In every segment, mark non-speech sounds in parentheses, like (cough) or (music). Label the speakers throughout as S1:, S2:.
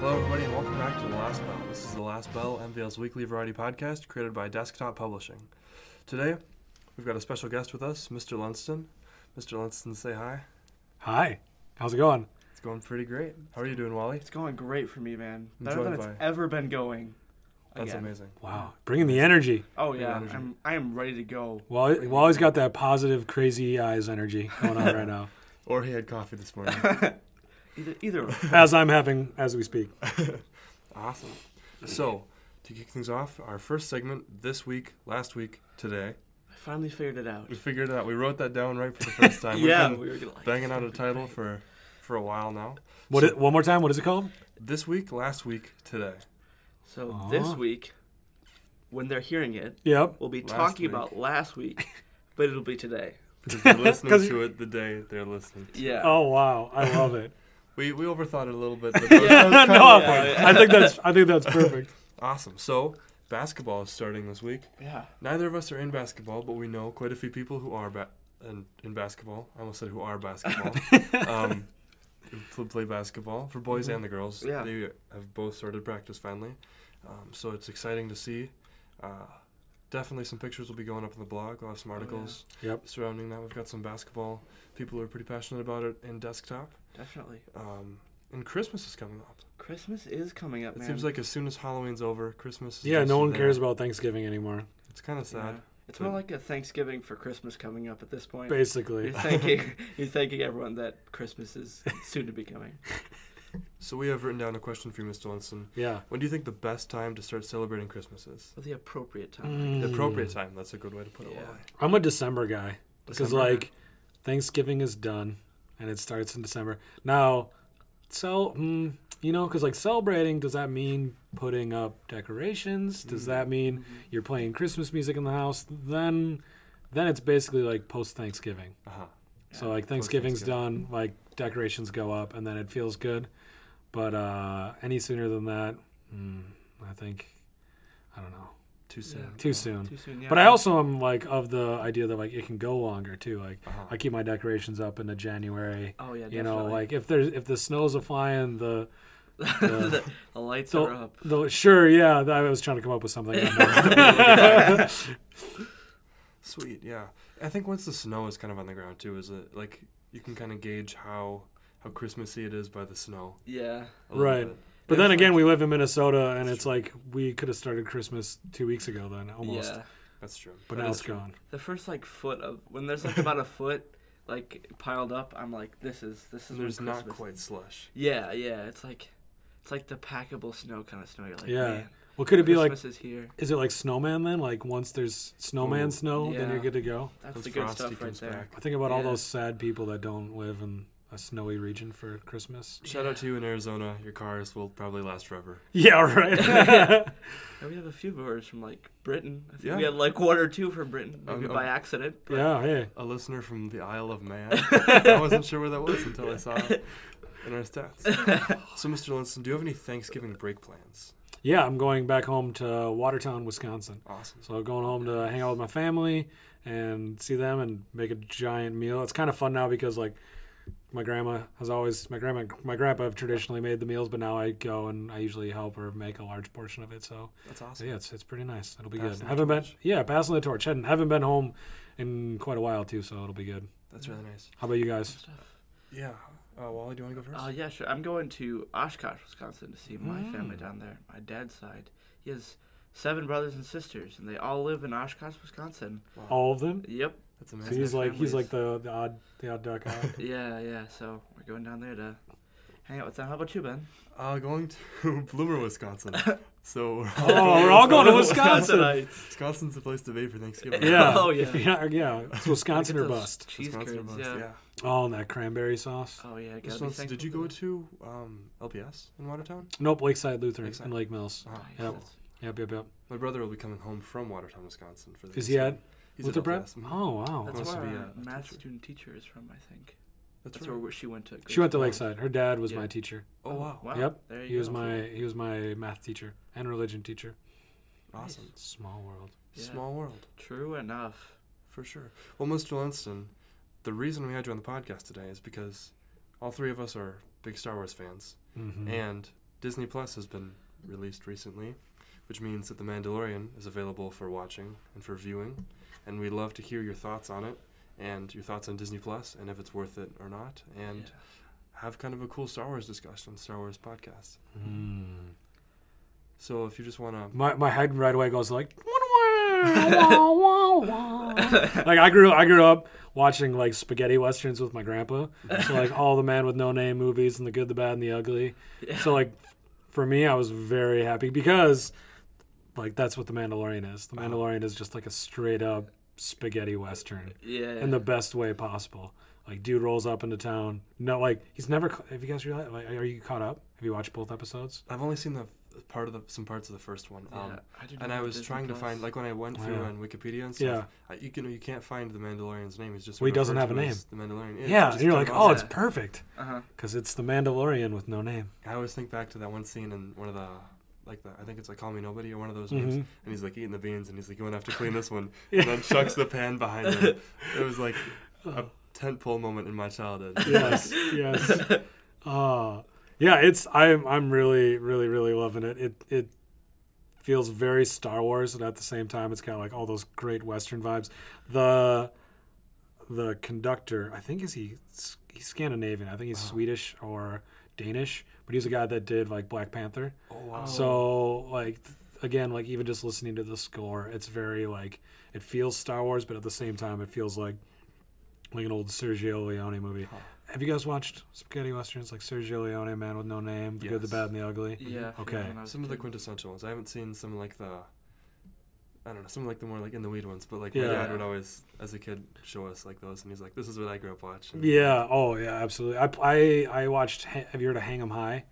S1: Hello, everybody, and welcome back to The Last Bell. This is The Last Bell, MVL's weekly variety podcast created by Desktop Publishing. Today, we've got a special guest with us, Mr. Lunston. Mr. Lunston, say hi.
S2: Hi, how's it going?
S1: It's going pretty great. How are you doing, Wally?
S3: It's going great for me, man. Better
S1: Enjoyed
S3: than it's
S1: by-
S3: ever been going.
S1: That's
S3: Again.
S1: amazing.
S2: Wow, bringing the energy.
S3: Oh yeah,
S1: energy.
S3: I'm I am ready to go.
S2: Well, it- well, he's got that positive, crazy
S1: (laughs)
S2: eyes energy going on right now,
S1: Or he had coffee this morning.
S3: Either either way.
S2: as I'm having as we speak.
S1: (laughs) awesome. So, to kick things off, our first segment this week, last week, today.
S3: I finally figured it out.
S1: We figured it out. We wrote that down right for the first time.
S3: (laughs) yeah,
S1: We've been
S3: we were gonna like
S1: banging out a title for, for a while now.
S2: What? it, one more time. What is it called?
S1: This week, last week, today.
S3: So
S2: Aw.
S3: this week, when they're hearing it,
S2: Yep.
S3: we'll be
S1: Last
S3: talking
S1: week.
S3: about
S1: (laughs)
S3: last week, but it'll be today.
S1: Because they're listening
S2: 'Cause-
S1: to it the day they're listening.
S3: Yeah.
S2: Oh wow, I
S1: (laughs)
S2: love it.
S1: We we overthought it a little bit.
S2: (laughs)
S1: But that was- that was
S2: no,
S1: kind of the point.
S2: I think that's I think that's
S1: (laughs)
S2: perfect.
S1: Awesome. So basketball is starting this week.
S3: Yeah.
S1: Neither of us are in basketball, but we know quite a few people who are ba- in, in basketball. I almost said who are basketball.
S2: (laughs)
S1: um, who play basketball for boys
S2: Mm-hmm.
S1: and the girls.
S3: Yeah.
S1: They have both started practice finally, um, so it's exciting to see. Uh, definitely some pictures will be going up on the blog. We'll have some
S3: yeah.
S1: articles
S2: Oh, Yep.
S1: surrounding that. We've got some basketball people who are pretty passionate about it in desktop.
S3: Definitely.
S1: Um, and Christmas is coming up.
S3: Christmas is coming up,
S1: It
S3: man.
S1: seems like as soon as Halloween's over, Christmas. Is
S2: Yeah,
S1: just
S2: no one
S1: there.
S2: cares about Thanksgiving anymore.
S1: It's kind of
S3: Yeah.
S1: sad.
S3: It's more like a Thanksgiving for Christmas coming up at this point. You're
S2: Basically,
S3: thanking (laughs) you're thanking everyone that Christmas is soon to be
S1: (laughs)
S3: coming.
S1: So we have written down a question for you, Mr. Linson.
S2: yeah.
S1: When do you think the best time to start celebrating Christmas is?
S3: At the appropriate time.
S1: The
S2: Mm.
S1: appropriate time. That's a good way to put it.
S3: Yeah.
S1: Wally.
S2: I'm a December guy because
S1: December.
S2: like Thanksgiving is done and it starts in December. Now, so mm, you know, because like celebrating, does that mean putting up decorations? Does
S3: Mm.
S2: that mean
S3: Mm-hmm.
S2: you're playing Christmas music in the house? Then, then it's basically like post Thanksgiving.
S1: Uh-huh.
S2: So like Thanksgiving's done, like decorations go up, and then it feels good. But uh any sooner than that, mm, I think I don't know.
S1: Too soon.
S2: Too soon.
S3: Too soon, yeah.
S2: But I also am like of the idea that like it can go longer too. Like
S1: Uh-huh.
S2: I keep my decorations up into January.
S3: Oh yeah,
S2: you know,
S3: definitely. (laughs)
S2: like if there's if the snow's a flying, the
S3: the, the lights
S2: So-
S3: are up.
S2: the sure yeah. I was trying to come up with something.
S1: Sweet. Yeah. I think once the snow is kind of on the ground too, is it like you can kind of gauge how how Christmassy it is by the snow.
S3: Yeah.
S1: a little
S2: Right.
S1: bit.
S2: but then again, we live in Minnesota, and it's like we could have started Christmas two weeks ago then almost.
S3: Yeah.
S1: That's true.
S2: But
S1: That
S2: now
S1: is
S2: it's
S1: true.
S2: gone.
S3: The first like foot of when there's like about a foot like piled up, I'm like, this is this is
S1: There's
S3: when
S1: not
S3: Christmas-
S1: quite slush.
S3: Yeah, yeah. It's like it's like the packable snow kind of snow. You're like,
S2: Yeah.
S3: man,
S2: Well, could it be like
S3: Christmas is here.
S2: Is it like snowman then? Like once there's snowman
S1: Ooh.
S2: snow, then you're
S3: Yeah.
S2: good to go.
S3: That's
S1: Once
S3: the good
S1: Frosty
S3: stuff right
S1: comes
S3: there.
S1: back.
S2: I think about all
S3: Yeah.
S2: those sad people that don't live in a snowy region for
S1: (laughs)
S2: Christmas.
S1: Shout out to you in Arizona. Your cars will probably last forever.
S2: Yeah, right.
S3: And we have a few viewers from like Britain. I think
S1: Yeah.
S3: we had like one or two from Britain,
S1: Um,
S3: maybe
S1: um,
S3: by accident.
S2: (laughs)
S3: But
S2: yeah, hey.
S1: a listener from the Isle of
S3: (laughs)
S1: Man. I wasn't sure where that was until I saw it in our stats.
S3: (laughs)
S1: So, Mr. Linson, do you have any Thanksgiving break plans?
S2: Yeah, I'm going back home to Watertown, Wisconsin.
S1: Awesome.
S2: So going home to hang out with my family and see them and make a giant meal. It's kind of fun now because like my grandma has always my grandma my grandpa have traditionally made the meals, but now I go and I usually help her make a large portion of it. So
S1: That's
S2: So
S1: awesome.
S2: yeah, it's it's pretty nice. It'll be
S1: Passing the
S2: good. Haven't been
S1: torch.
S2: yeah, passing the torch. Hadn't haven't been home in quite a while too, so it'll be good.
S1: That's really nice.
S2: How about you guys?
S1: Yeah. Uh, Wally, do you want to go
S3: Uh,
S1: first?
S3: yeah, sure. I'm going to Oshkosh, Wisconsin to see my
S1: Mm.
S3: family down there, my dad's side. He has seven brothers and sisters, and they all live in Oshkosh, Wisconsin.
S2: All of them?
S3: Yep.
S1: That's
S2: So
S1: amazing.
S2: he's like he's
S3: families.
S2: like the, the odd the odd duck
S3: (laughs)
S2: out.
S3: Yeah, yeah. So we're going down there to hang out with them. How about you, Ben?
S1: Uh, going to (laughs) Bloomer, Wisconsin.
S3: (laughs)
S1: So, we're all
S2: oh, we're all going to
S3: Wisconsin.
S2: Wisconsin.
S1: Wisconsin's the place to be for Thanksgiving.
S2: Yeah.
S3: (laughs) Oh,
S2: If
S3: yeah.
S2: you're not- (laughs) yeah. It's Wisconsin
S3: Look
S2: or
S3: at those
S2: bust.
S3: Cheese
S1: Wisconsin or
S3: curds,
S1: bust,
S3: yeah.
S1: yeah.
S2: Oh, and that cranberry sauce.
S3: Oh yeah.
S1: Mr.
S3: Gotta be
S1: Linson, did you
S3: thankful
S1: go
S3: for
S1: to um, LPS in Watertown?
S2: Nope, Lakeside Lutheran
S1: Lakeside.
S2: in Lake Mills.
S1: Oh,
S3: that. Nice,
S2: Yep.
S3: that's-
S2: Yep, yep, yep.
S1: My brother will be coming home from Watertown, Wisconsin for the
S2: Is he at
S1: He's
S2: Luther Prep?
S1: LPS. Mhm.
S2: Oh wow.
S3: That's
S1: wants to
S3: where
S1: be
S3: our
S1: a- a
S3: math
S1: teacher.
S3: student teacher is from, I think.
S1: That's,
S3: That's
S1: right.
S3: where she went to.
S2: She went to
S3: grade
S2: Lakeside. Her dad was
S3: Yeah.
S2: my teacher.
S1: Oh, wow.
S3: twelve.
S2: Yep.
S3: There you
S2: He was
S3: go.
S2: my he was my math teacher and religion teacher.
S1: Awesome.
S2: Small world.
S3: Yeah.
S1: Small world.
S3: True enough.
S1: For sure. Well, Mr. Lunston, the reason we had you on the podcast today is because all three of us are big Star Wars fans,
S3: Mm.
S2: Mm-hmm.
S1: and Disney Plus has been released recently, which means that The Mandalorian is available for watching and for viewing, and we'd love to hear your thoughts on it and your thoughts on Disney Plus and if it's worth it or not, and
S3: Yeah.
S1: have kind of a cool Star Wars discussion, Star Wars podcast.
S2: Mm.
S1: So if you just want to,
S2: My my head right away goes like (laughs) wah, wah, wah. like I grew I grew up watching like spaghetti westerns with my grandpa. So like all the man with no name movies and the good, the bad, and the ugly. So like for me, I was very happy because like that's what the Mandalorian is. The Mandalorian is just like a straight up spaghetti western
S3: Yeah.
S2: in the best way possible. Like dude rolls up into town. No, like he's never. ca- Have you guys realized? Like, are you caught up? Have you watched both episodes?
S1: I've only seen the f- part of the some parts of the first one. Um,
S3: Yeah, I didn't
S1: and
S3: know
S1: I was
S3: Disney
S1: trying to
S3: Plus.
S1: find like when I went through
S2: Oh, Yeah.
S1: on Wikipedia and stuff. I, you can you can't find the Mandalorian's name. He's just
S2: Well, he doesn't
S1: referred
S2: have a
S1: to as The Mandalorian. it's
S2: Yeah,
S1: just
S2: and you're
S1: Jon
S2: like,
S1: Moss.
S2: oh, it's
S3: Yeah.
S2: perfect
S3: Uh-huh.
S2: because it's the Mandalorian with no name.
S1: I always think back to that one scene in one of the like the I think it's like Call Me Nobody or one of those names,
S2: Mhm.
S1: and he's like eating the beans and he's like, "You gonna have to clean this
S2: (laughs)
S1: one," (laughs)
S2: Yeah.
S1: and then chucks the
S2: (laughs)
S1: pan behind him. It was like a tent pole moment in my childhood.
S2: (laughs) yes,
S3: (laughs)
S2: yes.
S1: (laughs)
S2: Uh, yeah, it's I'm I'm really really really loving it. It it feels very Star Wars, and at the same time, it's got like all those great Western vibes. The the conductor, I think is he he's Scandinavian. I think he's Swedish or Danish, but he's a guy that did like Black Panther.
S1: Oh wow!
S2: So
S3: Oh.
S2: like th- again, like even just listening to the score, it's very like it feels Star Wars, but at the same time, it feels like like an old Sergio Leone movie. Have you guys watched spaghetti westerns like Sergio Leone, Man with No Name, The Good, the
S1: Yes.
S2: Bad, and the Ugly?
S3: Yeah. I
S2: Okay.
S3: forgot when I was
S1: some of the
S3: a kid.
S1: quintessential ones. I haven't seen some like the. I don't know, some like the more like in the weed ones, but like my
S2: Yeah.
S1: dad would always, as a kid, show us like those, and he's like, "This is what I grew up watching."
S2: Yeah. Oh, yeah. Absolutely. I I, I watched. Ha- Have you heard of Hang 'Em High?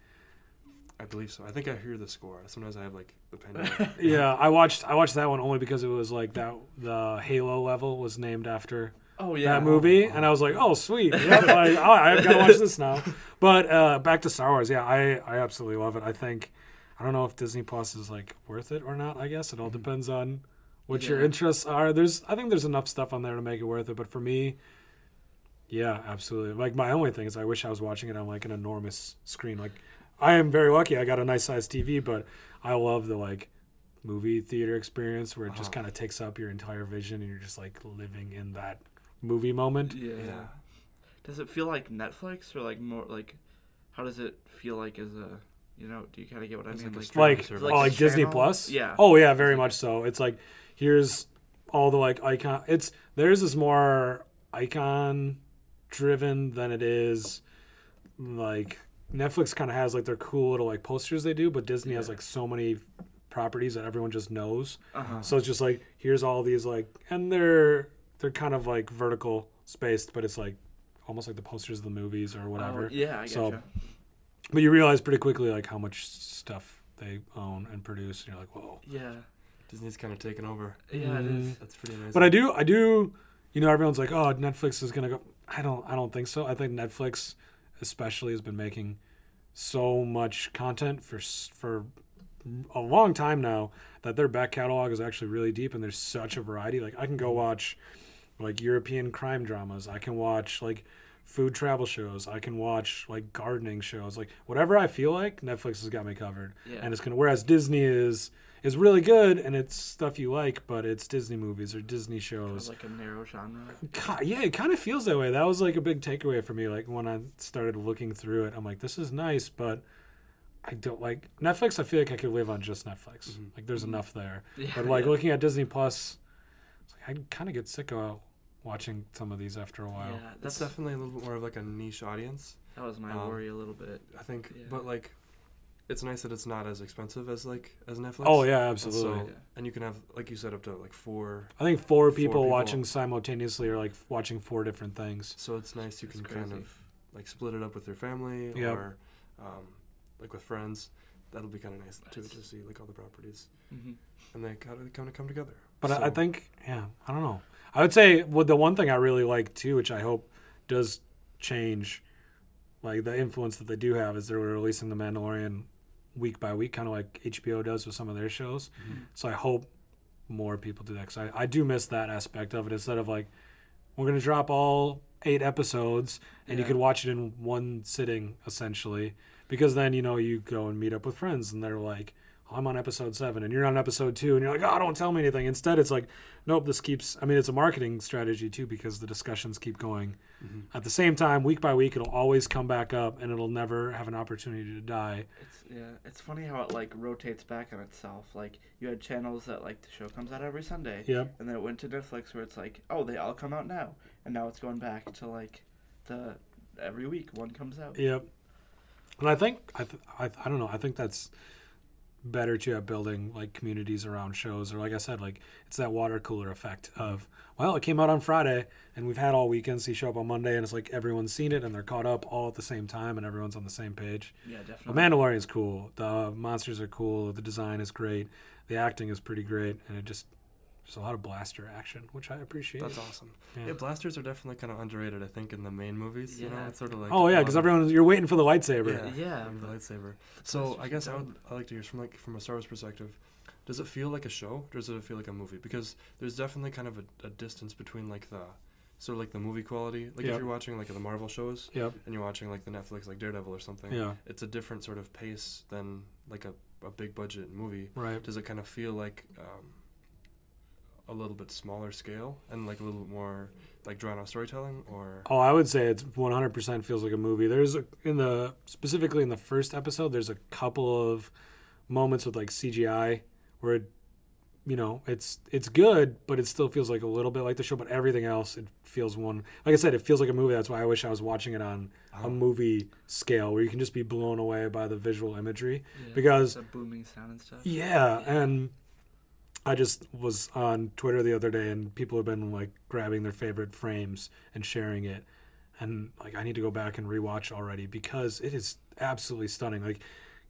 S1: I believe so. I think I hear the score. Sometimes I have like
S2: (laughs)
S1: the pen.
S2: Yeah. I watched. I watched that one only because it was like that. The Halo level was named after
S3: Oh yeah.
S2: that movie, and I was like, "Oh, sweet! Yeah, like, oh, I've got to
S3: (laughs)
S2: watch this now." But uh, back to Star Wars, yeah, I I absolutely love it. I think I don't know if Disney Plus is like worth it or not. I guess it all depends on what your
S3: Mm-hmm. Yeah.
S2: interests are. There's I think there's enough stuff on there to make it worth it. But for me, yeah, absolutely. Like my only thing is, I wish I was watching it on like an enormous screen. Like I am very lucky; I got a nice sized TV, but I love the like movie theater experience where it just
S3: Uh-huh.
S2: kind of takes up your entire vision and you're just like living in that movie moment.
S3: Yeah.
S1: Yeah.
S3: Does it feel like Netflix or like more like? How does it feel like as a? You know, do you kind of get what I
S1: It's
S3: mean?
S1: like a streaming
S2: Like,
S1: service.
S2: oh,
S3: Like
S2: like
S3: a
S2: Disney
S3: channel?
S2: Plus.
S3: Yeah.
S2: Oh yeah, very much so. It's like here's all the like icon. It's theirs is more icon driven than it is like Netflix kind of has like their cool little like posters they do, but Disney has like so many properties that everyone just knows.
S3: Uh-huh.
S2: So it's just like here's all these like, and they're they're kind of like vertical spaced, but it's like almost like the posters of the movies or whatever.
S3: Oh, yeah, I
S2: So-
S3: gotcha.
S2: But you realize pretty quickly like how much stuff they own and produce, and you're like, whoa.
S3: Yeah.
S1: Disney's kind of taken over.
S3: Yeah, it is.
S1: That's pretty amazing.
S2: But I do, I do, you know, everyone's like, oh, Netflix is gonna go. I don't, I don't think so. I think Netflix, especially, has been making so much content for s- for a long time now that their back catalog is actually really deep and there's such a variety. Like I can go watch like European crime dramas. I can watch like food travel shows. I can watch like gardening shows. Like whatever I feel like, Netflix has got me covered.
S3: Yeah.
S2: mm-hmm. And it's gonna whereas Disney is is really good and it's stuff you like, but it's Disney movies or Disney shows.
S3: It's like a narrow
S2: (laughs)
S3: genre.
S2: Ki- yeah, it kind of feels that way. That was like a big takeaway for me. Like when I started looking through it, I'm like, this is nice, but I don't like Netflix. I feel like I could live on just Netflix. Like there's enough there.
S3: Mm-hmm. Yeah.
S2: But like looking at Disney Plus, it's like, I kind of get sick of watching some of these after a
S3: Yeah,
S2: while.
S1: That's
S3: that's that
S1: definitely a little bit more of like a niche audience,
S3: was my
S1: um,
S3: worry a little bit.
S1: I think.
S3: Yeah.
S1: But like, it's nice that it's not as expensive as like as Netflix.
S2: Oh yeah,
S1: And
S2: absolutely.
S1: So, and you can have like you said up to like four.
S2: I think four
S1: Four
S2: people,
S1: people.
S2: watching simultaneously are like watching four different things.
S1: So it's nice you
S3: That's
S1: can kind
S3: crazy.
S1: of like split it up with your family
S2: Yep.
S1: or um, like with friends. That'll be kind of nice too to
S3: Nice.
S1: see like all the properties
S3: hmm
S1: and they kind of come to come together.
S2: But
S1: So-
S2: I, I think, yeah, I don't know. I would say what the one thing I really like too, which I hope does change, like the influence that they do have, is they're releasing The Mandalorian week by week, kind of like HBO does with some of their shows. So I hope more people do that because I, I do miss that aspect of it. Instead of like, we're going to drop all eight episodes and you
S3: Yeah.
S2: could watch it in one sitting, essentially. because then you know you go and meet up with friends and they're like oh, i'm on episode seven and you're on episode two and you're like oh don't tell me anything instead it's like nope this keeps i mean it's a marketing strategy too because the discussions keep going at the same time week by week it'll always come back up and it'll never have an opportunity to die
S3: It's yeah. It's funny how it like rotates back on itself. Like you had channels that like the show comes out every Sunday,
S2: yep
S3: and then it went to Netflix where it's like, oh, they all come out now, and now it's going back to like the every week one comes out.
S2: Yep. And I think I, th- I I don't know. I think that's better too at building like communities around shows or like I said like it's that water cooler effect of well it came out on Friday and we've had all weekend so you show up on Monday and it's like everyone's seen it and they're caught up all at the same time and everyone's on the same page.
S3: Yeah, definitely.
S2: The Mandalorian's cool. The monsters are cool. The design is great. The acting is pretty great and it just there's a lot of blaster action which I appreciate.
S1: That's awesome.
S2: Yeah.
S1: Yeah. blasters are definitely kind of underrated. I think in the main movies, you know,
S3: Yeah.
S1: it's sort of like
S2: oh yeah,
S1: a
S2: because
S1: lot of-
S2: everyone you're waiting for the lightsaber.
S1: Yeah,
S3: Yeah,
S1: and the
S3: but-
S1: lightsaber. So I
S3: blaster's
S1: guess I
S3: dumb.
S1: would I like to hear from like from a Star Wars perspective. Does it feel like a show? Or does it feel like a movie? Because there's definitely kind of a, a distance between like the sort of like the movie quality. Like
S2: Yeah.
S1: if you're watching like the Marvel shows
S2: Yep.
S1: and you're watching like the Netflix like Daredevil or something,
S2: Yeah.
S1: it's a different sort of pace than like a, a big budget movie.
S2: Right.
S1: Does it kind of feel like um, a little bit smaller scale and like a little bit more like drawn out storytelling or
S2: Oh, I would say it's 100% feels like a movie. There's a, in the specifically in the first episode, there's a couple of moments with like CGI where it, you know, it's it's good, but it still feels like a little bit like the show. But everything else, it feels one. Like I said, it feels like a movie. That's why I wish I was watching it on a movie scale where you can just be blown away by the visual imagery. Because-
S3: the booming sound and stuff.
S2: Yeah, and I just was on Twitter the other day, and people have been like grabbing their favorite frames and sharing it, and like I need to go back and rewatch already because it is absolutely stunning. Like,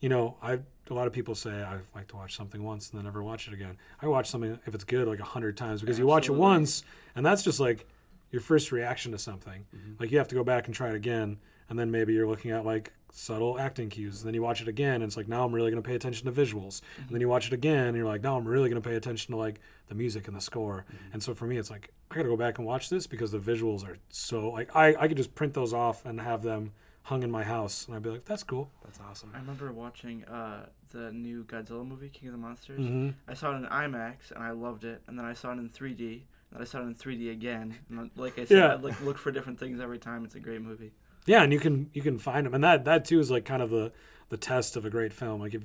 S2: you know, I a lot of people say I like to watch something once and then never watch it again. I watch something if it's good like a hundred times because you watch it
S3: Absolutely.
S2: once, and that's just like your first reaction to something. Like you have to go back and try it again, and then maybe you're looking at like subtle acting cues. And then you watch it again, and it's like now I'm really going to pay attention to visuals. And then you watch it again, and you're like now I'm really going to pay attention to like the music and the score. And so for me, it's like I got to go back and watch this because the visuals are so like I I could just print those off and have them hung in my house, and I'd be like that's cool.
S1: that's awesome.
S3: I remember watching uh, the new Godzilla movie, King of the Monsters.
S2: Mm-hmm.
S3: I saw it in IMAX and I loved it, and then I saw it in 3D, and then I saw it in 3D again. And then, like I said,
S2: Yeah.
S3: I like look for different things every time. It's a great movie.
S2: Yeah, and you can you can find them, and that that too is like kind of the the test of a great film. Like if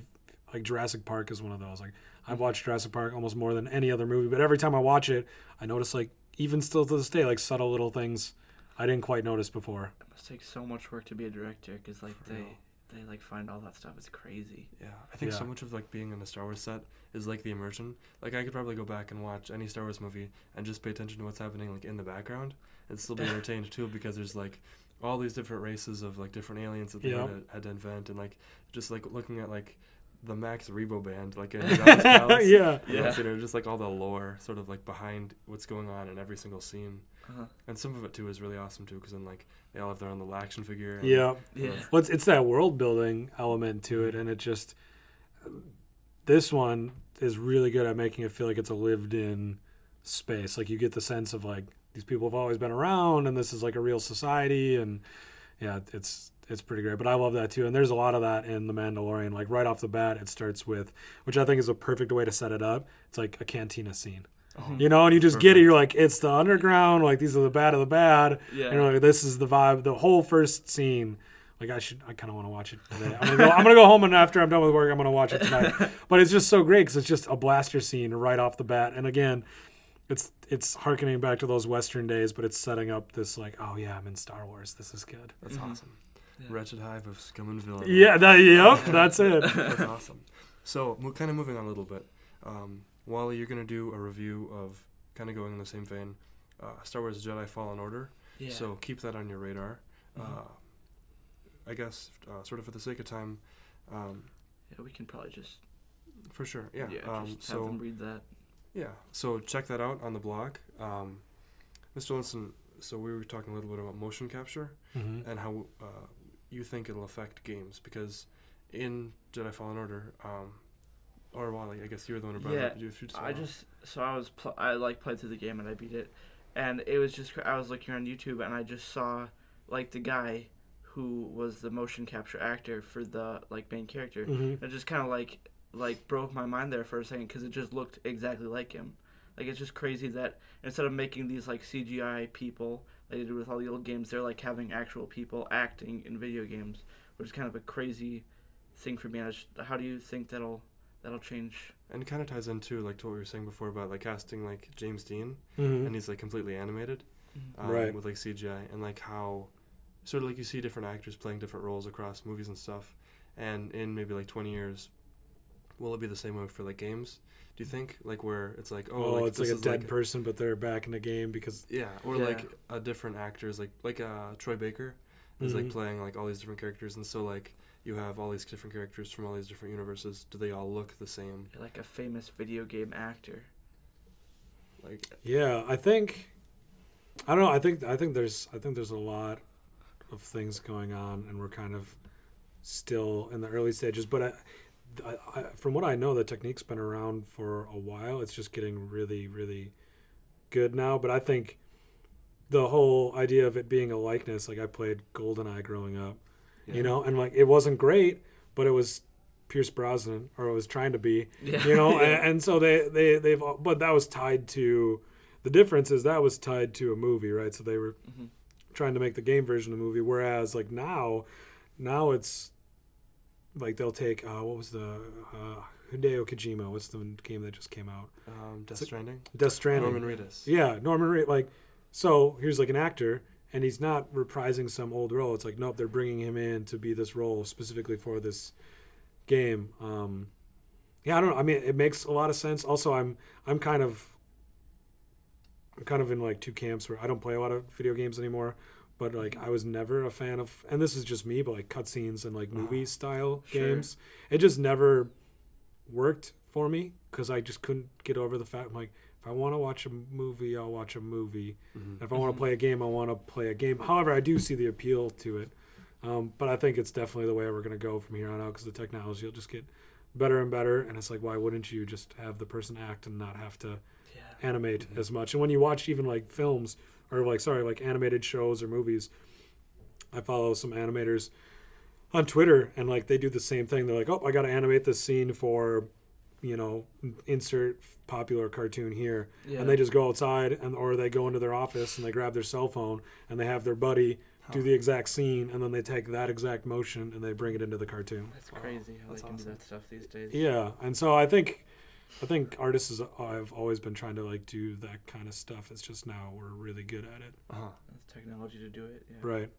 S2: like Jurassic Park is one of those. Like I've watched Jurassic Park almost more than any other movie, but every time I watch it, I notice like even still to this day like subtle little things I didn't quite notice before.
S3: It must take so much work to be a director because like
S1: For
S3: they
S1: real.
S3: they like find all that stuff. It's crazy.
S1: Yeah, I think so
S2: Yeah.
S1: much of like being in a Star Wars set is like the immersion. Like I could probably go back and watch any Star Wars movie and just pay attention to what's happening like in the background and
S2: (laughs)
S1: still be entertained too because there's like all these different races of like different aliens that they
S2: Yeah.
S1: had, to, had to invent and like just like looking at like the Max Rebo band like
S2: (laughs)
S1: in Jabba's palace.
S2: yeah,
S1: And that's,
S3: Yeah.
S1: you know, just like all the lore sort of like behind what's going on in every single scene.
S3: Uh-huh.
S1: And some of it too is really awesome too because then like they all have their own little action figure. and-
S2: yeah.
S3: Yeah.
S2: Well, it's, it's that world building element to it, and it just this one is really good at making it feel like it's a lived in space. Like you get the sense of like these people have always been around, and this is like a real society, and yeah, it's it's pretty great. But I love that too, and there's a lot of that in The Mandalorian. Like right off the bat, it starts with, which I think is a perfect way to set it up. It's like a cantina scene. You know, and you just get it. You're like, it's the underground. Like these are the bad of the bad.
S3: Yeah.
S2: You know, like, this is the vibe. The whole first scene. Like I should, I kind of want to watch it today. I'm gonna, go, I'm gonna go home and after I'm done with work, I'm gonna watch it
S1: (laughs)
S2: tonight. But it's just so great because it's just a blaster scene right off the bat. And again, it's it's harkening back to those Western days, but it's setting up this like, oh yeah, I'm in Star Wars. This is good.
S1: That's awesome. Wretched hive of scum and villainy.
S2: Yeah, that, yep,
S1: (laughs)
S2: that's it.
S3: (laughs)
S1: That's awesome. So, mo- kind of moving on a little bit. Um, Wally, you're going to do a review of, kind of going in the same vein, uh, Star Wars Jedi Fallen Order.
S3: Yeah.
S1: So, keep that on your radar. Uh,
S3: Mhm.
S1: I guess, uh, sort of for the sake of time, um,
S3: yeah, we can probably just
S1: for sure. Yeah.
S3: yeah,
S1: um,
S3: just
S1: so,
S3: have them read that.
S1: yeah. So, check that out on the blog. Um, Mr. Linson, so we were talking a little bit about motion capture.
S2: Mhm.
S1: and how uh, you think it'll affect games because in Jedi Fallen Order, um, or Wally, I guess you were the one who brought it up.
S3: Yeah,
S1: You- if you just
S3: I
S1: wanna-
S3: just so I was pl- I like played through the game and I beat it, and it was just cra- I was looking on YouTube and I just saw like the guy who was the motion capture actor for the like main character.
S2: hmm
S3: It just kind of like like broke my mind there for a second because it just looked exactly like him. Like it's just crazy that instead of making these like CGI people like they did with all the old games, they're like having actual people acting in video games, which is kind of a crazy thing for me. I just, how do you think that'll that'll change?
S1: And it kind of ties into like to what we were saying before about like casting like James Dean,
S2: Mm-hmm.
S1: and he's like completely animated,
S3: Mhm.
S1: um,
S2: Right.
S1: With like CGI and like how, sort of like you see different actors playing different roles across movies and stuff, and in maybe like 20 years, will it be the same way for like games? Do you think like where it's like oh,
S2: Oh,
S1: like,
S2: it's like
S1: this
S2: a
S1: is,
S2: dead person, but they're back in the game because
S1: Yeah, or
S3: Yeah.
S1: like a different actors, like like uh, Troy Baker is like
S2: Mhm.
S1: playing like all these different characters, and so like you have all these different characters from all these different universes. Do they all look the same?
S3: Like a famous video game actor.
S1: Like
S2: yeah, I think I don't know. I think I think there's I think there's a lot of things going on, and we're kind of still in the early stages. But I, I, I, from what I know, the technique's been around for a while. It's just getting really really good now. But I think the whole idea of it being a likeness, like I played GoldenEye growing up,
S1: Yeah.
S2: you know, and like it wasn't great, but it was Pierce Brosnan, or it was trying to be,
S3: Yeah.
S2: you know,
S3: (laughs) Yeah.
S2: and, and so they they they've all- but that was tied to the difference is that was tied to a movie, right? So they were
S3: Mhm.
S2: trying to make the game version of the movie, whereas like now, now it's like they'll take uh, what was the uh, Hideo Kojima? What's the game that just came out?
S1: um, Death
S2: So-
S1: Stranding,
S2: Death Stranding.
S1: Norman Reedus.
S2: Yeah, Norman Reed. Like, so here's like an actor, and he's not reprising some old role. It's like, nope, they're bringing him in to be this role specifically for this game. Um, yeah, I don't know. I mean, it makes a lot of sense. Also, I'm I'm kind of I'm kind of in like two camps where I don't play a lot of video games anymore. But like I was never a fan of, and this is just me, but like cutscenes and like movie style
S3: Sure.
S2: games, it just never worked for me because I just couldn't get over the fact. I'm like, if I want to watch a movie, I'll watch a movie.
S1: Mhm.
S2: And if I want to play a game, I want to play a game. However, I do see the appeal to it. Um, but I think it's definitely the way we're going to go from here on out because the technology will just get better and better. And it's like, why wouldn't you just have the person act and not have to
S3: Yeah.
S2: animate as much. And when you watch even like films or like sorry, like animated shows or movies, I follow some animators on Twitter and like they do the same thing. They're like, "Oh, I got to animate this scene for, you know, insert popular cartoon here."
S3: Yeah.
S2: And they just go outside and or they go into their office and they grab their cell phone and they have their buddy do the exact scene and then they take that exact motion and they bring it into the cartoon.
S3: That's
S1: Wow,
S3: crazy how
S1: that's
S3: they can do
S1: awesome.
S3: that stuff these days.
S2: Yeah, and so I think, I think artists is, I've always been trying to like do that kind of stuff. It's just now we're really good at it,
S1: Uh-huh.
S3: That's technology to do it. Yeah.
S2: right?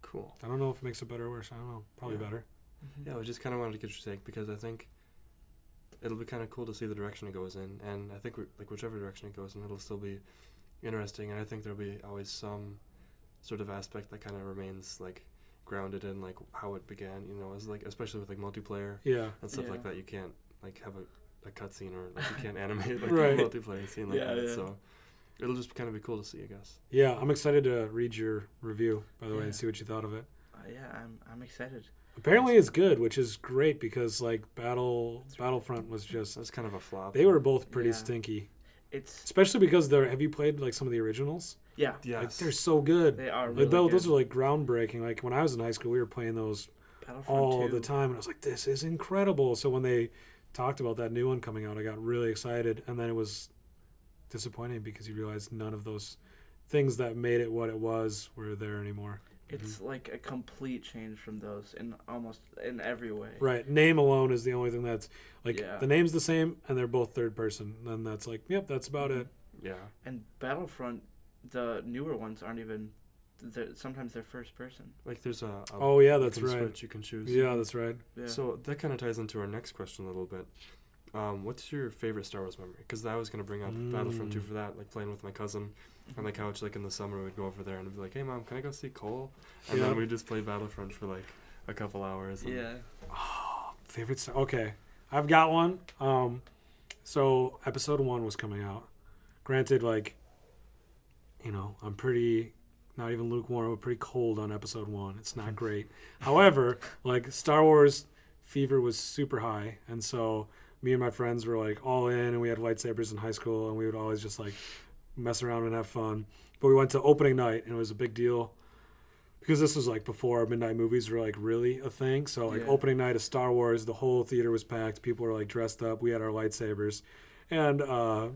S1: Cool.
S2: I don't know if it makes it better or worse. I don't know. Probably
S1: Yeah.
S2: better.
S3: Mhm.
S2: Mm-hmm.
S1: Yeah, I just kind of wanted to get your take because I think it'll be kind of cool to see the direction it goes in, and I think we like whichever direction it goes in, it'll still be interesting. And I think there'll be always some sort of aspect that kind of remains like grounded in like how it began. You know, as like especially with like multiplayer
S2: Yeah,
S1: and stuff like
S3: Yeah.
S1: that, you can't like have a, a cutscene or like you
S3: (laughs)
S1: can't animate like
S2: Right.
S1: a multiplayer scene like
S3: Yeah,
S1: that.
S3: yeah.
S1: So it'll just kind of be cool to see, I guess.
S2: yeah. I'm excited to read your review by the way
S3: Yeah.
S2: and see what you thought of it.
S3: Uh, yeah, I'm I'm excited.
S2: Apparently, it's good, which is great because like Battle Battlefront was just
S1: That was kind of a flop.
S2: they were both pretty
S3: Yeah.
S2: stinky,
S3: It's
S2: especially because they're. Have you played like some of the originals?
S3: yeah,
S1: yes.
S2: Like they're so good.
S3: they are
S2: Like
S3: really
S2: tho- those
S3: good.
S2: were like groundbreaking. Like when I was in high school, we were playing those
S3: Battlefront
S2: all
S3: 2.
S2: the time and I was like this is incredible so when they talked about that new one coming out I got really excited and then it was disappointing because you realized none of those things that made it what it was were there anymore
S3: It's like a complete change from those in almost in every way.
S2: right name alone is the only thing that's like
S3: Yeah.
S2: the name's the same and they're both third person and that's like yep that's about it
S1: yeah.
S3: And Battlefront, the newer ones aren't even. They're, sometimes they're first person.
S1: Like there's a, a
S2: oh yeah that's
S1: you Mm-hmm. can
S2: right
S1: switch, you can choose.
S2: yeah that's right
S3: Yeah.
S1: So that kind of ties into our next question a little bit. Um, what's your favorite Star Wars memory? Because I was gonna bring up Battlefront 2
S2: Mm.
S1: for that, like playing with my cousin on the couch, like in the summer, we'd go over there and be like, "Hey, mom, can I go see Cole?" And
S2: Yeah.
S1: then we just play Battlefront for like a couple hours. And
S3: yeah.
S2: favorite Star- okay I've got one um so episode 1 was coming out granted like you know i'm pretty not even lukewarm but pretty cold on episode one it's not great however like star wars fever was super high and so me and my friends were like all in and we had lightsabers in high school and we would always just like mess around and have fun but we went to opening night and it was a big deal because this was like before midnight movies were like really a thing. So like
S3: Yeah.
S2: opening night of Star Wars, the whole theater was packed. People were like dressed up. We had our lightsabers, and uh,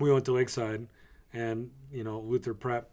S2: we went to Lakeside, and you know Luther Prep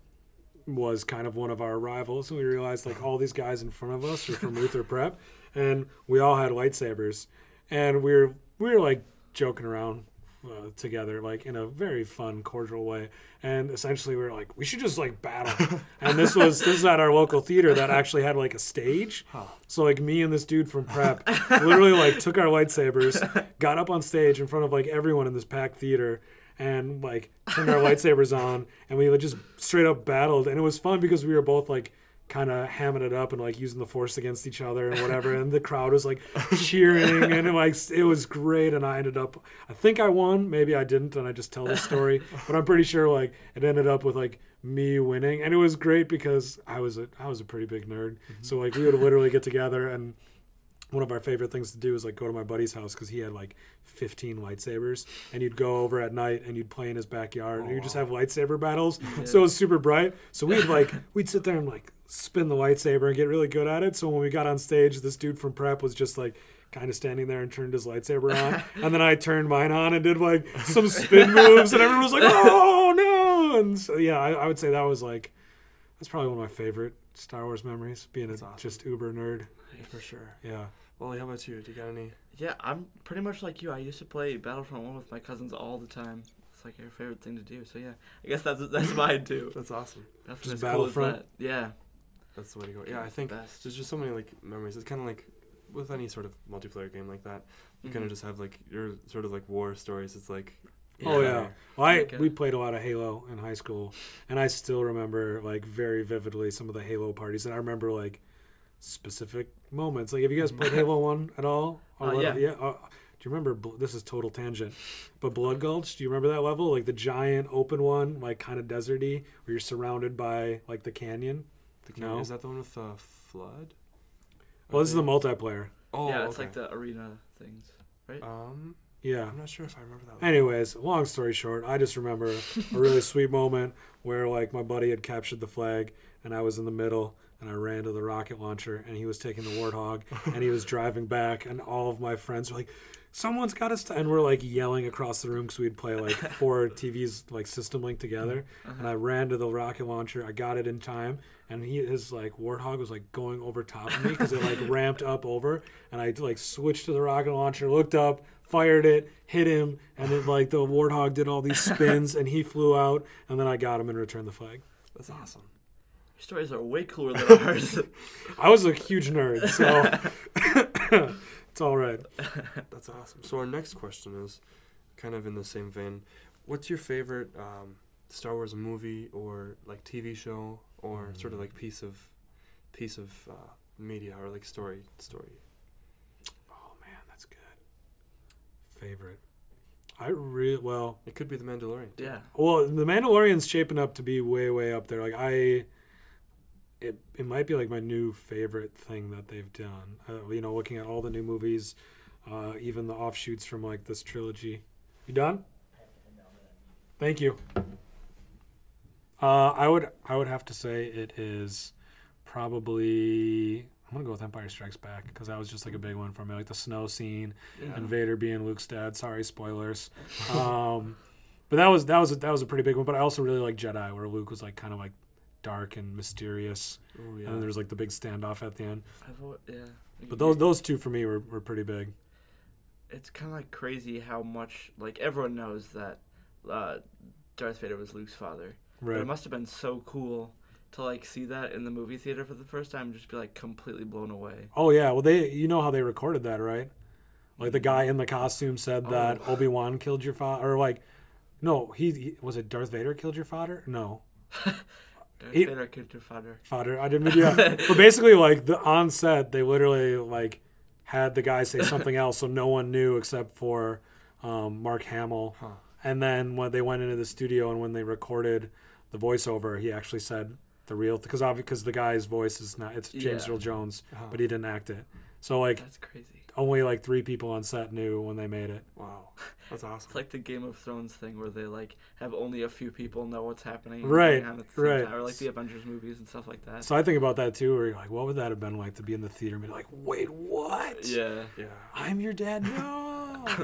S2: was kind of one of our rivals, and we realized like all these guys in front of us were from Luther Prep, and we all had lightsabers, and we were we were like joking around uh, together like in a very fun, cordial way, and essentially we were like we should just like battle, and this was this is at our local theater that actually had like a stage, so like me and this dude from Prep literally like took our lightsabers, got up on stage in front of like everyone in this packed theater and like turned our lightsabers on and we like, just straight up battled and it was fun because we were both like kind of hamming it up and like using the force against each other and whatever and the crowd was like cheering and it, like it was great and I ended up I think I won maybe I didn't and I just tell this story but I'm pretty sure like it ended up with like me winning and it was great because I was a I was a pretty big nerd so like we would literally get together and one of our favorite things to do is like go to my buddy's house because he had like 15 lightsabers and you'd go over at night and you'd play in his backyard and you'd just have lightsaber battles so it was super bright so we'd like we'd sit there and like spin the lightsaber and get really good at it so when we got on stage this dude from prep was just like kind of standing there and turned his lightsaber on and then i turned mine on and did like some spin moves and everyone was like oh no and so yeah i, I would say that was like that's probably one of my favorite star wars memories being a,
S1: awesome.
S2: just uber nerd
S1: for sure.
S2: yeah
S1: Wally, how about you? Do you got any?
S3: Yeah, I'm pretty much like you. I used to play Battlefront 1 with my cousins all the time. It's like your favorite thing to do. So yeah, I guess that's that's
S2: (laughs)
S3: mine too.
S1: That's awesome.
S3: That's
S2: Just
S3: as cool as
S2: Battlefront?
S3: that. Yeah.
S1: That's the way to go. Yeah, I
S3: It's
S1: think
S3: the best.
S1: there's just so many like memories. It's kind of like with any sort of multiplayer game like that, you kind
S3: Mhm.
S1: of just have like your sort of like war stories. It's like
S2: Oh yeah. Well, I,
S3: Like, uh,
S2: we played a lot of Halo in high school, and I still remember like very vividly some of the Halo parties, and I remember like specific moments. Like, have you guys played Halo One at
S3: (laughs)
S2: all? Or
S3: Mm-hmm. Uh,
S2: what-
S3: yeah.
S2: uh, do you remember? Bl- This is total tangent, but Blood Gulch. Do you remember that level? Like the giant open one, like kind of deserty, where you're surrounded by like the canyon.
S1: the camera.
S2: No.
S1: Is that the one with the flood?
S2: Well, this is the
S1: Okay.
S3: Mm-hmm.
S2: multiplayer.
S1: Oh,
S3: yeah, it's
S1: okay.
S3: like the arena things.
S1: Um,
S2: Yeah.
S1: I'm not sure if I remember that. one.
S2: Anyways, long story short, I just remember a
S3: (laughs)
S2: really sweet moment where like my buddy had captured the flag and I was in the middle and I ran to the rocket launcher and he was taking the warthog and he was driving back and all of my friends were like someone's got to st-, and we're like yelling across the room cuz we'd play like four TVs like system linked together and I ran to the rocket launcher I got it in time and he his like warthog was like going over top of me cuz it like ramped up over and I like switched to the rocket launcher looked up fired it, hit him, and then like the warthog did all these spins and he flew out, and then I got him and returned the flag.
S1: That's awesome.
S3: Your stories are way cooler than (laughs) ours.
S2: I was a huge nerd, so (laughs) it's all right.
S1: That's awesome. So our next question is kind of in the same vein. What's your favorite um, Star Wars movie or like TV show or sort of
S3: Mm.
S1: like piece of piece of uh, media or like story story?
S2: Oh man, that's good. Favorite. I really well.
S1: It could be The Mandalorian. too.
S3: yeah.
S2: Well, The Mandalorian's shaping up to be way, way up there. Like I, it it might be like my new favorite thing that they've done. Uh, you know, looking at all the new movies, uh, even the offshoots from like this trilogy. You done? Thank you. Uh, I would I would have to say it is probably I'm gonna go with Empire Strikes Back because that was just like a big one for me, like the snow scene
S1: Yeah.
S2: and Vader being Luke's dad. Sorry, spoilers. Um, but that was that was a, that was a pretty big one. But I also really like Jedi, where Luke was like kind of like dark and mysterious,
S1: Ooh,
S2: and then
S1: yeah.
S2: there's like the big standoff at the end.
S3: I've, al- yeah.
S2: But those those two for me were, were pretty big.
S3: it's kind of like crazy how much like everyone knows that uh, Darth Vader was Luke's father. But
S2: Right.
S3: it must have been so cool to like see that in the movie theater for the first time, and just be like completely blown away.
S2: Oh yeah. Well, they you know how they recorded that, right? Like the guy in the costume said that Obi Wan killed your father, or like, no, he, he was it Darth Vader killed your father? No,
S3: Darth
S2: It-
S3: Vader could do father.
S2: fodder. I didn't mean yeah. but basically, like the on set, they literally like had the guy say something else, so no one knew except for um, Mark Hamill. And then when they went into the studio and when they recorded the voiceover, he actually said the real because obviously because the guy's voice is not it's James
S3: Yeah. Uh-huh.
S2: Earl Jones, but he didn't act it. So like
S3: That's crazy.
S2: only like three people on set knew when they made it.
S4: Wow,
S1: (laughs)
S4: that's awesome.
S3: It's like the Game of Thrones thing where they like have only a few people know what's happening.
S2: Right,
S3: going on at the same
S2: right.
S3: time, or like the Avengers movies and stuff like that.
S2: So I think about that too, where you're like, what would that have been like to be in the theater and be like, wait, what?
S3: yeah.
S4: yeah, (laughs)
S2: I'm your dad?
S3: (laughs)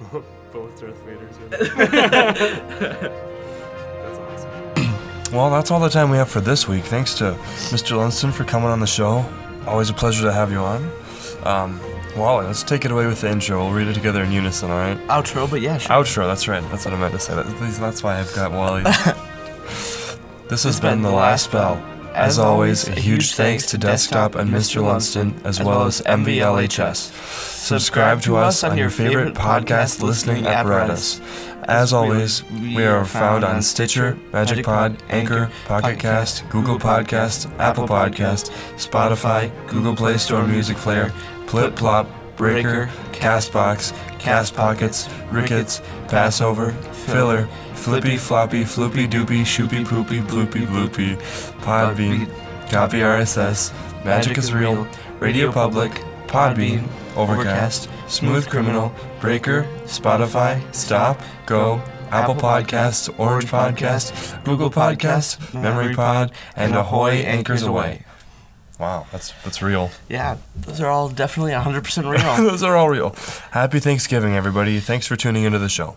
S2: No.
S4: both Darth Vaders. Are
S1: (laughs)
S4: that's awesome.
S1: (clears throat) Well, that's all the time we have for this week. Thanks to Mr. Lunston for coming on the show. Always a pleasure to have you on. Um, Wally, let's take it away with the intro. We'll read it together in unison, all right?
S5: Outro, but yeah, sure.
S1: Outro, that's right. That's what I meant to say. That, at least that's why I've got (laughs) Wally. this has been The Last Bell. As always, a huge thanks to Desktop and Mr. Lunston, as well as MVLHS. Subscribe to us on your favorite podcast listening apparatus. As always, we are found on Stitcher, MagicPod, Anchor, Pocket Cast, Google Podcast, Apple Podcast, Spotify, Google Play Store Music Player, Plip Plop, Breaker, Castbox, Cast Pockets, Rickets, Passover, Filler, Flippy Floppy, Floopy Doopy, Shoopy Poopy, Bloopy Bloopy, Podbean, Copy RSS, Magic is Real, Radio Public, Podbean, Overcast, Smooth Criminal, Breaker, Spotify, Stop, Go, Apple Podcasts, Orange Podcast, Google Podcast, Memory Pod, and Ahoy Anchors Away. Wow, that's that's real.
S5: Yeah, those are all definitely 100% real.
S1: (laughs) Those are all real. Happy Thanksgiving, everybody. Thanks for tuning into the show.